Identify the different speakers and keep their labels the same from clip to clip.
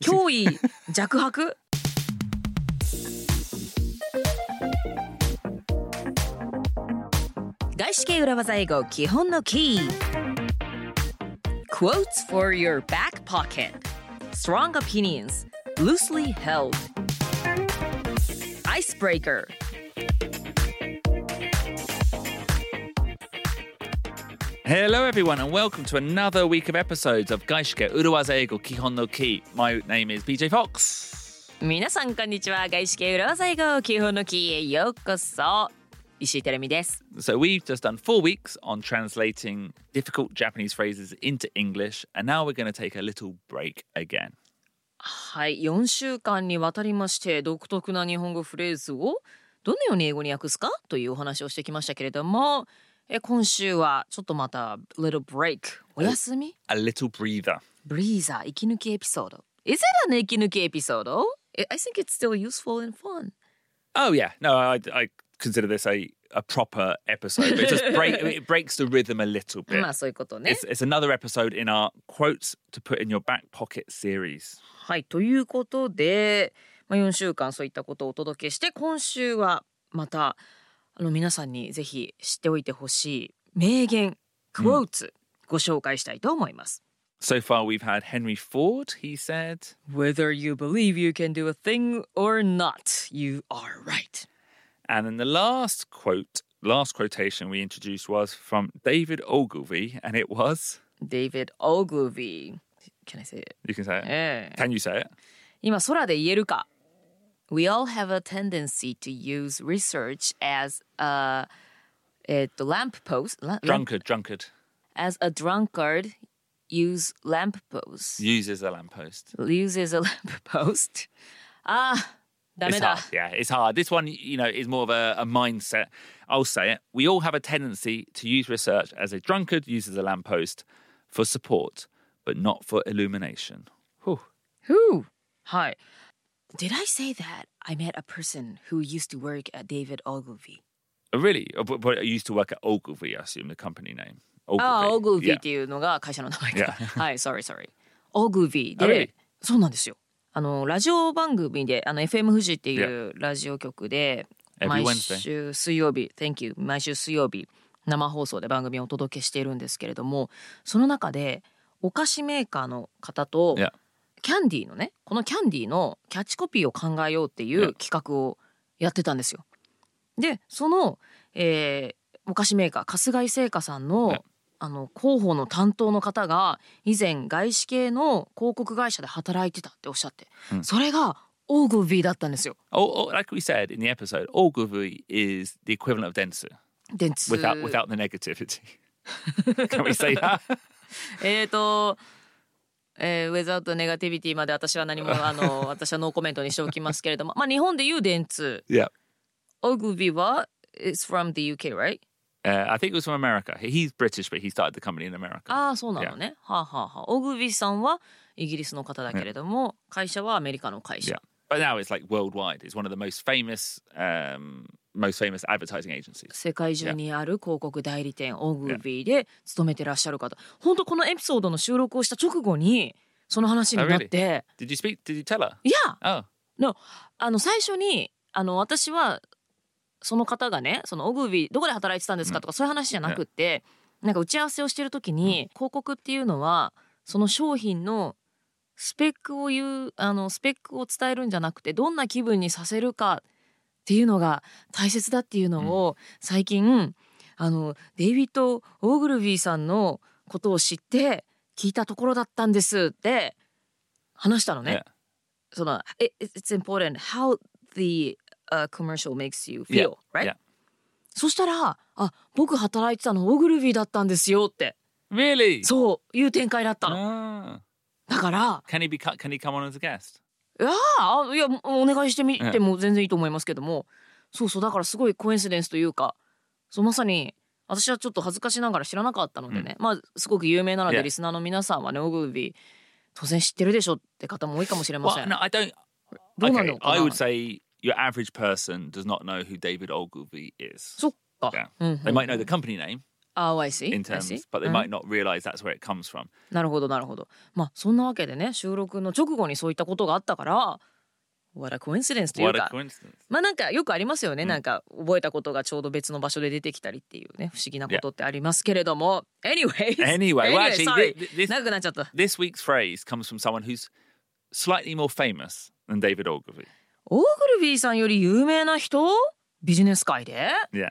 Speaker 1: 脅威弱迫外資系裏技英語基本のキー Quotes for your back pocket Strong opinions loosely held Icebreaker
Speaker 2: ー Hello everyone and welcome to another week of episodes of 外資系裏技英語基本のキー My name is PJ Fox
Speaker 1: 皆さんこんにちは外資系裏技英語基本のキーへようこそ石井てるみです
Speaker 2: So we've just done four weeks on translating difficult Japanese phrases into English and now we're going to take a little break again
Speaker 1: はい、4週間にわたりまして独特な日本語フレーズをどのように英語に訳すかというお話をしてきましたけれどもえ今週はちょっとまた little break お休み
Speaker 2: A little breather
Speaker 1: ブリーザー息抜きエピソード Is it an 息抜きエピソード I think it's still useful and fun
Speaker 2: Oh yeah, no, I, I consider this a, a proper episode. But it just break, it breaks the rhythm a little bit.
Speaker 1: まあそういうことね
Speaker 2: It's, it's another episode in our quotes to put in your back pocket series.
Speaker 1: はいということで、まあ、4週間そういったことをお届けして今週はまたあの皆さんにぜひ知っておいてほしい名言クォーツ、ご紹介したいと思います。
Speaker 2: So far, we've had Henry Ford. He said,
Speaker 1: Whether you believe you can do a thing or not, you are right.
Speaker 2: and then the last quote, last quotation we introduced was from David Ogilvy, and it was
Speaker 1: David Ogilvy. Can I say it?
Speaker 2: you can say it.
Speaker 1: ええ
Speaker 2: Can you say it?
Speaker 1: 今空で言えるか We all have a tendency to use research as a えっと lamp post la- lamp-
Speaker 2: Drunkard, drunkard
Speaker 1: as a drunkard use lamp post
Speaker 2: uses a lamppost.
Speaker 1: uses a lamp post ああダ
Speaker 2: It's
Speaker 1: メだ
Speaker 2: hard. Yeah, it's hard. This one, you know, is more of a, a mindset. I'll say it. We all have a tendency to use research as a drunkard uses a lamppost for support, but not for illumination. Whew.
Speaker 1: Who? Hi. Did I say that I met a person who used to work at David Ogilvy?
Speaker 2: Oh, Really? Oh, But, but I used to work at Ogilvy, I assume, the company name.
Speaker 1: あ
Speaker 2: Ah, Ogilvy.
Speaker 1: あ、オグビ
Speaker 2: Yeah.
Speaker 1: っていうのが会社の名前か。
Speaker 2: Yeah.
Speaker 1: はい、sorry, sorry. オグビ
Speaker 2: あ
Speaker 1: で
Speaker 2: really？、
Speaker 1: そうなんですよ。あの、ラジオ番組で、あの、FM 富士っていうラジオ局で、
Speaker 2: Every
Speaker 1: 毎
Speaker 2: Wednesday
Speaker 1: 週水曜日、Thank you、毎週水曜日、生放送で番組をお届けしているんですけれども、その中で、お菓子メーカーの方と、
Speaker 2: Yeah.
Speaker 1: キャンディーのね、このキャンディーのキャッチコピーを考えようってい
Speaker 2: Yeah.
Speaker 1: う企画をやってたんですよ。で、その、えーお菓子メーカー、春日井製菓さんの、
Speaker 2: Yeah.
Speaker 1: あの広報の担当の方が以前外資系の広告会社で働いてたっておっしゃって、
Speaker 2: うん
Speaker 1: それがオーグビーだったんですよ。
Speaker 2: Oh, oh, like we said in the episode, Ogilvy is the equivalent of denser
Speaker 1: 電通
Speaker 2: without, without the negativity. Can we say that?
Speaker 1: えっ、と、えー、ウェザーとネガティビティまで私は何 もあの私はノーコメントにしておきますけれども、まあ日本でいう電通、
Speaker 2: yeah.
Speaker 1: オーグビーは is from the UK right？
Speaker 2: Uh, I think it was from America. He- He's British, but he started the company in America.
Speaker 1: ああそうなのね。はあ、はあはあ、オーグビーさんはイギリスの方だけれども、会社はアメリカの会社。
Speaker 2: Yeah. But now it's like worldwide. It's one of the most famous, um, most famous advertising agencies.
Speaker 1: 世界中にある広告代理店オグビーで勤めてらっしゃる方本当このエピソードの収録をした直後にその話になって、
Speaker 2: Did you speak? Did you tell her?
Speaker 1: いや
Speaker 2: Oh,
Speaker 1: あの最初にあの私はその方がねそのオグビーどこで働いてたんですかとか、そういう話じゃなくって、なんか打ち合わせをしてる時に、広告っていうのはその商品のスペックを言うあのスペックを伝えるんじゃなくてどんな気分にさせるかっていうのが大切だっていうのを最近、あのデイビッド・オーグルビーさんのことを知って聞いたところだったんですって話したのね。その「It- It's important how the、uh, commercial makes you feel, right?、
Speaker 2: yeah.
Speaker 1: そしたら「あ僕働いてたのオーグルビーだったんですよ」って
Speaker 2: really?
Speaker 1: そういう展開だったの。
Speaker 2: Ah.
Speaker 1: だから
Speaker 2: Can he be? cu- Can he come on as a guest?
Speaker 1: ああいやもうお願いしてみても全然いいと思いますけども、そうそうだからすごいコインシデンスというかそうまさに私はちょっと恥ずかしながら知らなかったのでね、まあすごく有名なので
Speaker 2: Yeah.
Speaker 1: リスナーの皆さんはねオグルビー当然知ってるでしょって方も多いかもしれませ
Speaker 2: Well,
Speaker 1: ん。
Speaker 2: no, I don't.
Speaker 1: どうなの
Speaker 2: okay,
Speaker 1: かな
Speaker 2: I would say your average person does not know who David Ogilvy is.
Speaker 1: そっか
Speaker 2: Yeah.。
Speaker 1: うんうん
Speaker 2: They might know the company name,
Speaker 1: Oh, I see.
Speaker 2: in
Speaker 1: I see. Uh-huh.
Speaker 2: terms, but they
Speaker 1: うん
Speaker 2: might not realize that's where it comes from.
Speaker 1: なるほどなるほど。まあそんなわけでね収録の直後にそういったことがあったから。What a coincidence という
Speaker 2: What
Speaker 1: か
Speaker 2: a coincidence.
Speaker 1: まあなんかよくありますよね、なんか覚えたことがちょうど別の場所で出てきたりっていうね不思議なことってありますけれども Anyways
Speaker 2: Anyway, well, actually,
Speaker 1: sorry.
Speaker 2: thi- thi- this-
Speaker 1: 長くなっちゃった
Speaker 2: This week's phrase comes from someone who's slightly more famous than David Ogilvy.
Speaker 1: オーグルビーさんより有名な人ビジネス界で
Speaker 2: Yeah.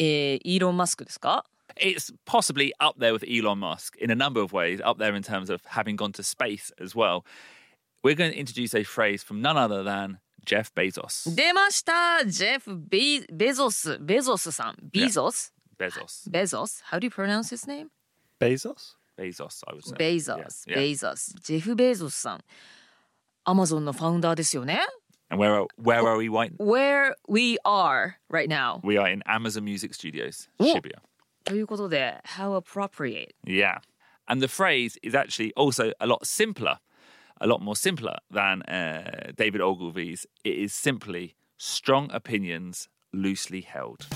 Speaker 1: えー、イーロン・マスクですか
Speaker 2: It's possibly up there with Elon Musk in a number of ways, up there in terms of having gone to space as well. We're going to introduce a phrase from none other than Jeff Bezos.
Speaker 1: 出ましたジェフ・ベベゾスベゾスさんベゾス
Speaker 2: Bezos.
Speaker 1: ベゾス How do you pronounce his name?
Speaker 3: Bezos?
Speaker 2: Bezos, I would say.
Speaker 1: ベイゾ
Speaker 2: Yeah,
Speaker 1: ス
Speaker 2: yeah.
Speaker 1: ベイゾスジェフ・ベイゾスさんアマゾンのファウンダーですよね
Speaker 2: And where are, where are we right
Speaker 1: Where we are right now
Speaker 2: We are in Amazon Music Studios,
Speaker 1: Oh.
Speaker 2: Shibuya.
Speaker 1: ということで How appropriate
Speaker 2: Yeah. And the phrase is actually also a lot simpler, a lot more simpler than uh, David Ogilvy's. It is simply strong opinions loosely held.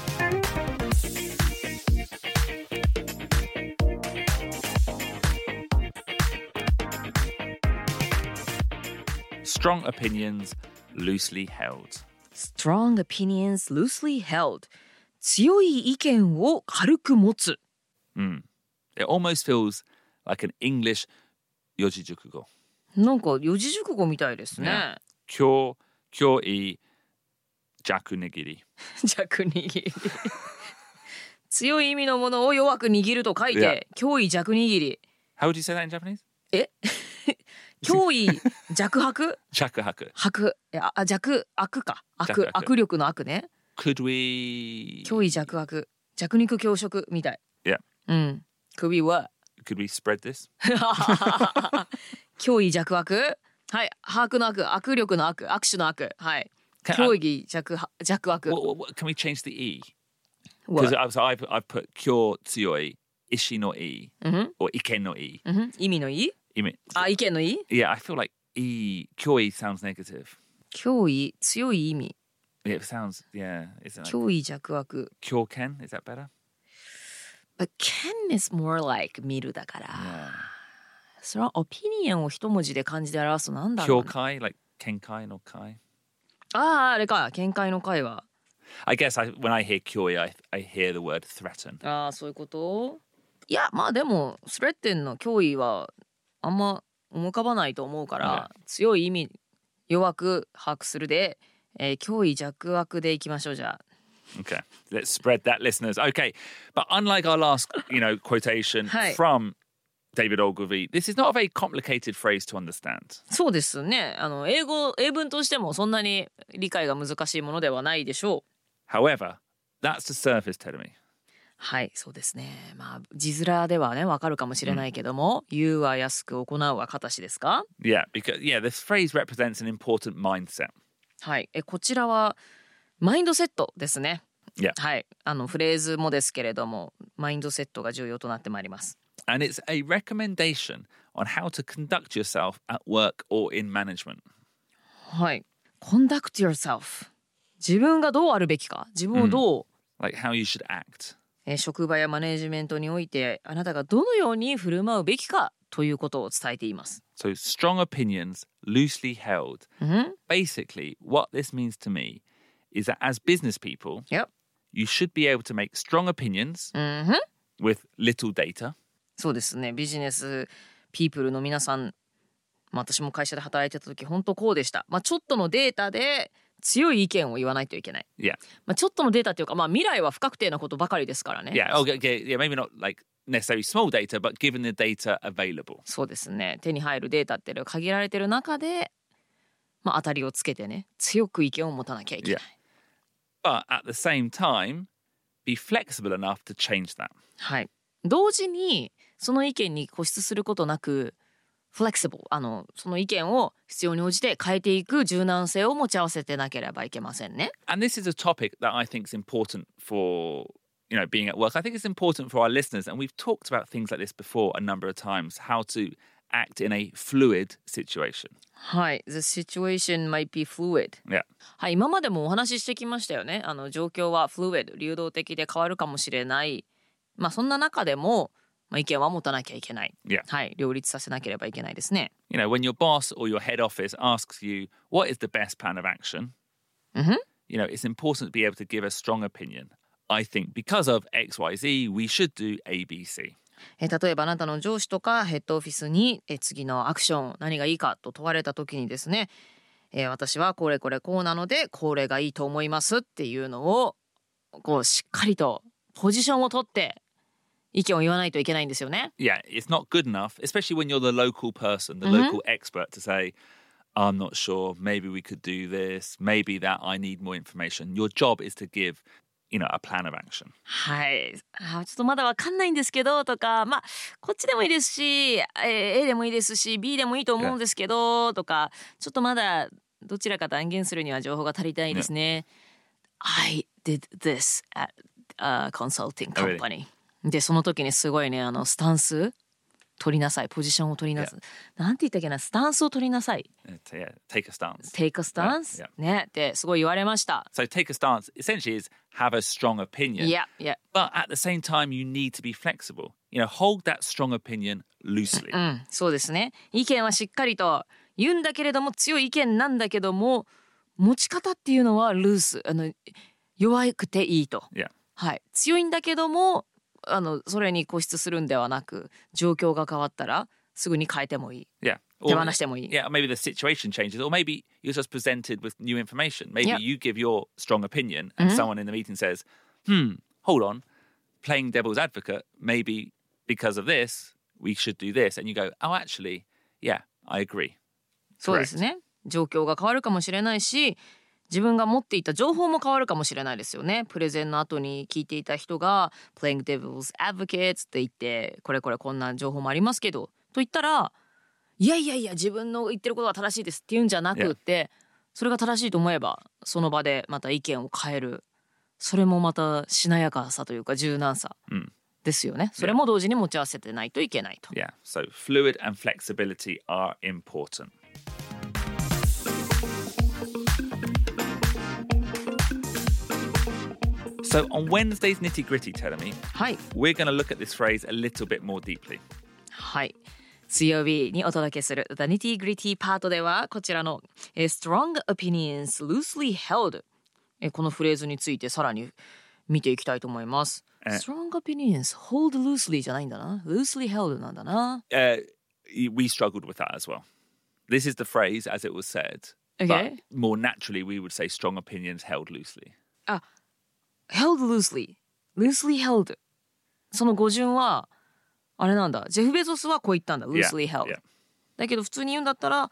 Speaker 2: Strong opinions loosely held.
Speaker 1: Strong opinions loosely held 強い意見を軽く持つ
Speaker 2: It almost feels like an English yojijukugo.
Speaker 1: なんか四字熟語みたいですね
Speaker 2: Kyo, kyo i jakunigiri.
Speaker 1: 弱握り強い意味のものを弱く握ると書いて脅威弱握り
Speaker 2: How would you say that in Japanese?
Speaker 1: え 脅威弱迫
Speaker 2: Shakuhaku.
Speaker 1: 迫えああ弱悪か悪
Speaker 2: 弱悪
Speaker 1: 悪力の悪ね
Speaker 2: Could we
Speaker 1: 脅威弱悪弱肉強食みたい
Speaker 2: Yeah.
Speaker 1: うん首は
Speaker 2: could we spread this?
Speaker 1: 脅威弱悪はい把握の悪握力の悪握手の悪はい
Speaker 2: か
Speaker 1: 脅威弱弱悪
Speaker 2: What, what, what- can we change the e?
Speaker 1: は
Speaker 2: Because I've, so I've, I've put kyo tsuyoi, ishi no e, or iken no e.
Speaker 1: うん意味のいい
Speaker 2: I mean,
Speaker 1: あ意見のいい
Speaker 2: yeah, I feel like e kyo e sounds negative.
Speaker 1: 脅威強い意味
Speaker 2: It sounds yeah. Is it like
Speaker 1: 脅威弱悪
Speaker 2: kyo ken? Is that better?
Speaker 1: But can is more like 見るだから、それはオピニオンを一文字で漢字で表すとなんだろう
Speaker 2: Kyo
Speaker 1: な
Speaker 2: kai like kenkai no kai.
Speaker 1: あああれか見解の会話
Speaker 2: I guess I, when I hear kyoi, I, I hear the word threaten.
Speaker 1: ああそういうこといやまあでもスレッテンの脅威はあんま思い浮かばないと思うから、強い意味弱く把握するで、えー脅威弱悪でいきましょうじゃあ
Speaker 2: Okay, let's spread that, listeners. Okay, but unlike our last, you know, quotation
Speaker 1: Hi.
Speaker 2: from David Ogilvy, this is not a very complicated phrase to understand.
Speaker 1: そうですねあの英語英文としてもそんなに理解が難しいものではないでしょう
Speaker 2: However, that's the surface, Terumi.
Speaker 1: はいそうですねまあ字面ではねわかるかもしれないけども「言うは安く行うは形」ですか
Speaker 2: Yeah, because yeah, this phrase represents an important mindset.
Speaker 1: はい、えこちらはマインドセットですね。
Speaker 2: Yeah.
Speaker 1: はい、あのフレーズもですけれども、マインドセットが重要となってまいります。
Speaker 2: And it's a recommendation on how to conduct yourself at work or in management.
Speaker 1: はい。Conduct yourself。自分がどうあるべきか、自分をどう、
Speaker 2: Like how you should act.
Speaker 1: えー職場やマネジメントにおいて、あなたがどのように振る舞うべきかということを伝えています。
Speaker 2: So strong opinions loosely held. Basically, what this means to me is that as business people,
Speaker 1: Yep.
Speaker 2: you should be able to make strong opinions with little data.
Speaker 1: そうですね。ビジネスピープルの皆さん、まあ私も会社で働いてた時、本当こうでした。まあちょっとのデータで強い意見を言わないといけない。
Speaker 2: Yeah,
Speaker 1: まあ、ちょっとのデータっていうか、まあ、未来は不確定なことばかりですからね。
Speaker 2: yeah, okay, okay, yeah. Maybe not like necessarily small data, but given the data available.
Speaker 1: そうですね手に入るデータっていうのは限られてる中で、まあ、当たりをつけてね強く意見を持たなきゃいけない。
Speaker 2: But at the same time, be flexible enough to change that.
Speaker 1: はい、同時にその意見に固執することなくフレキシブルあのその意見を必要に応じて変えていく柔軟性を持ち合わせてなければいけませんね。
Speaker 2: And this is a topic that I think is important for you know being at work. I think it's important for our listeners, and we've talked about things like this before a number of times. How to act in a fluid situation.
Speaker 1: はい、The situation might be fluid.
Speaker 2: Yeah,
Speaker 1: はい、今までもお話ししてきましたよね。あの状況はフルエド流動的で変わるかもしれないまあそんな中でも、まあ、意見は持たなきゃいけない、
Speaker 2: Yeah.
Speaker 1: はい、両立させなければいけないですね。
Speaker 2: You know, when your boss or your head office asks you, what is the best plan of action?
Speaker 1: Mhm.
Speaker 2: You know, it's important to be able to give a strong opinion. I think because of XYZ, we should do ABC.
Speaker 1: えー例えばあなたの上司とかヘッドオフィスに、えー次のアクション何がいいかと問われた時にですね、えー私はこれこれこうなのでこれがいいと思いますっていうのをこうしっかりとポジションを取って意見を言わないといけないんですよね。
Speaker 2: Yeah, it's not good enough, especially when you're the local person, the local expert, to say, I'm not sure, maybe we could do this, maybe that, I need more information. Your job is to give, you know, a plan of action.
Speaker 1: はい、あーちょっとまだわかんないんですけどとかまあこっちでもいいですし、えー A でもいいですし B でもいいと思うんですけどとかちょっとまだどちらか断言するには情報が足りないですね。I did this at a consulting
Speaker 2: Oh, really?
Speaker 1: company、でその時にすごいねあのスタンス取りなさいポジションを取りなさい、なんて言ったっけなスタンスを取りなさい
Speaker 2: Uh, t- yeah, take a stance.
Speaker 1: take a stance、
Speaker 2: Yeah,
Speaker 1: ねってすごい言われました。
Speaker 2: So take a stance essentially is have a strong opinion.
Speaker 1: いやいや
Speaker 2: But at the same time, you need to be flexible. You know, hold that strong opinion loosely.
Speaker 1: うん、そうですね。意見はしっかりと言うんだけれども強い意見なんだけども持ち方っていうのはルースあの弱くていいと。
Speaker 2: Yeah.
Speaker 1: はい、強いんだけどもあのそれに固執するんではなく状況が変わったらすぐに変えてもいい
Speaker 2: Yeah.
Speaker 1: 手放してもいい。
Speaker 2: yeah, or maybe the situation changes, or maybe you're just presented with new information. Maybe
Speaker 1: Yeah.
Speaker 2: you give your strong opinion, and someone in the meeting says, "Hmm, hold on, playing devil's advocate. Maybe because of this, we should do this." And you go, "Oh, actually, yeah, I agree."
Speaker 1: そうですね。状況が変わるかもしれないし、自分が持っていた情報も変わるかもしれないですよね。プレゼンの後に聞いていた人が playing devil's advocate って言って、これこれこんな情報もありますけど、と言ったら、いやいやいや自分の言ってることは正しいですって言うんじゃなくって、それが正しいと思えばその場でまた意見を変える。それもまたしなやかさというか柔軟さ
Speaker 2: ん
Speaker 1: ですよね。それも同時に持ち合わせてないといけないと。
Speaker 2: Yeah. So fluid and flexibility are important. So on Wednesday's nitty gritty, Telemi,
Speaker 1: はい。
Speaker 2: we're going to look at this phrase a little bit more deeply.
Speaker 1: はい水曜日にお届けする The Nitty Gritty パートではこちらのえー Strong Opinions Loosely Held えーこのフレーズについてさらに見ていきたいと思います
Speaker 2: え
Speaker 1: Strong Opinions Hold Loosely じゃないんだな Loosely Held なんだな
Speaker 2: Uh, we struggled with that as well. This is the phrase as it was said.
Speaker 1: Okay.
Speaker 2: But more naturally, we would say strong opinions held loosely.
Speaker 1: Held Loosely Loosely Held その語順はあれなんだジェフ・ベゾスはこう言ったんだ
Speaker 2: Yeah,
Speaker 1: Loosely Held
Speaker 2: yeah.
Speaker 1: だけど普通に言うんだったら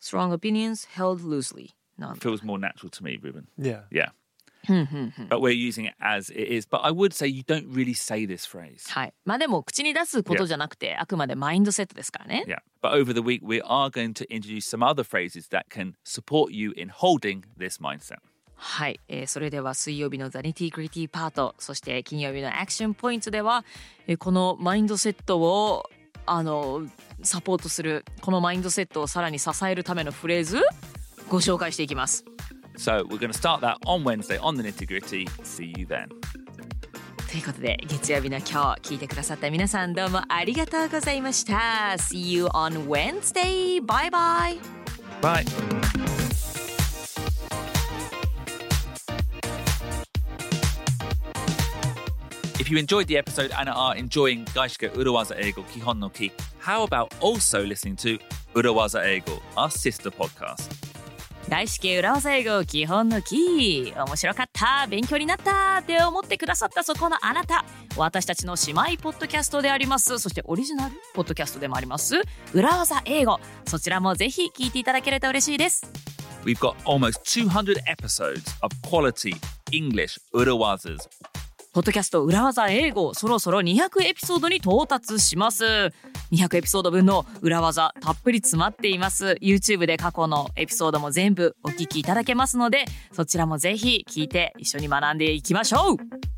Speaker 1: Strong Opinions Held Loosely なんだ
Speaker 2: Feels more natural to me, Ruben.
Speaker 3: Yeah.
Speaker 2: Yeah.
Speaker 1: Hmm,
Speaker 2: but we're using it as it is. But I would say you don't really say this phrase.
Speaker 1: はい、まあでも口に出すことじゃなくて、あくまでマインドセットですからね。
Speaker 2: Yeah. But over the week, we are going to introduce some other phrases that can support you in holding this mindset.
Speaker 1: はい、えーそれでは水曜日のザニティグリティパートそして金曜日のアクションポイントでは、えーこのマインドセットをあのサポートするこのマインドセットをさらに支えるためのフレーズご紹介していきます。
Speaker 2: So we're going to start that on Wednesday on the nitty gritty. See you then.
Speaker 1: ということで月曜日の今日聞いてくださった皆さんどうもありがとうございました。See you on Wednesday! Bye bye!
Speaker 2: Bye. If you enjoyed the episode and are enjoying Gaishika Urawaza Eigo Kihon no Ki, how about also listening to Urawaza Eigo, our sister podcast?
Speaker 1: 大至急裏技英語基本のキー面白かった勉強になったって思ってくださったそこのあなた私たちの姉妹ポッドキャストでありますそしてオリジナルポッドキャストでもあります裏技英語そちらもぜひ聞いていただけると嬉しいです
Speaker 2: We've got almost 200 episodes of quality English Urawazas
Speaker 1: ポッドキャスト裏技英語そろそろ200エピソードに到達します200エピソード分の裏技たっぷり詰まっています YouTube で過去のエピソードも全部お聞きいただけますのでそちらもぜひ聞いて一緒に学んでいきましょう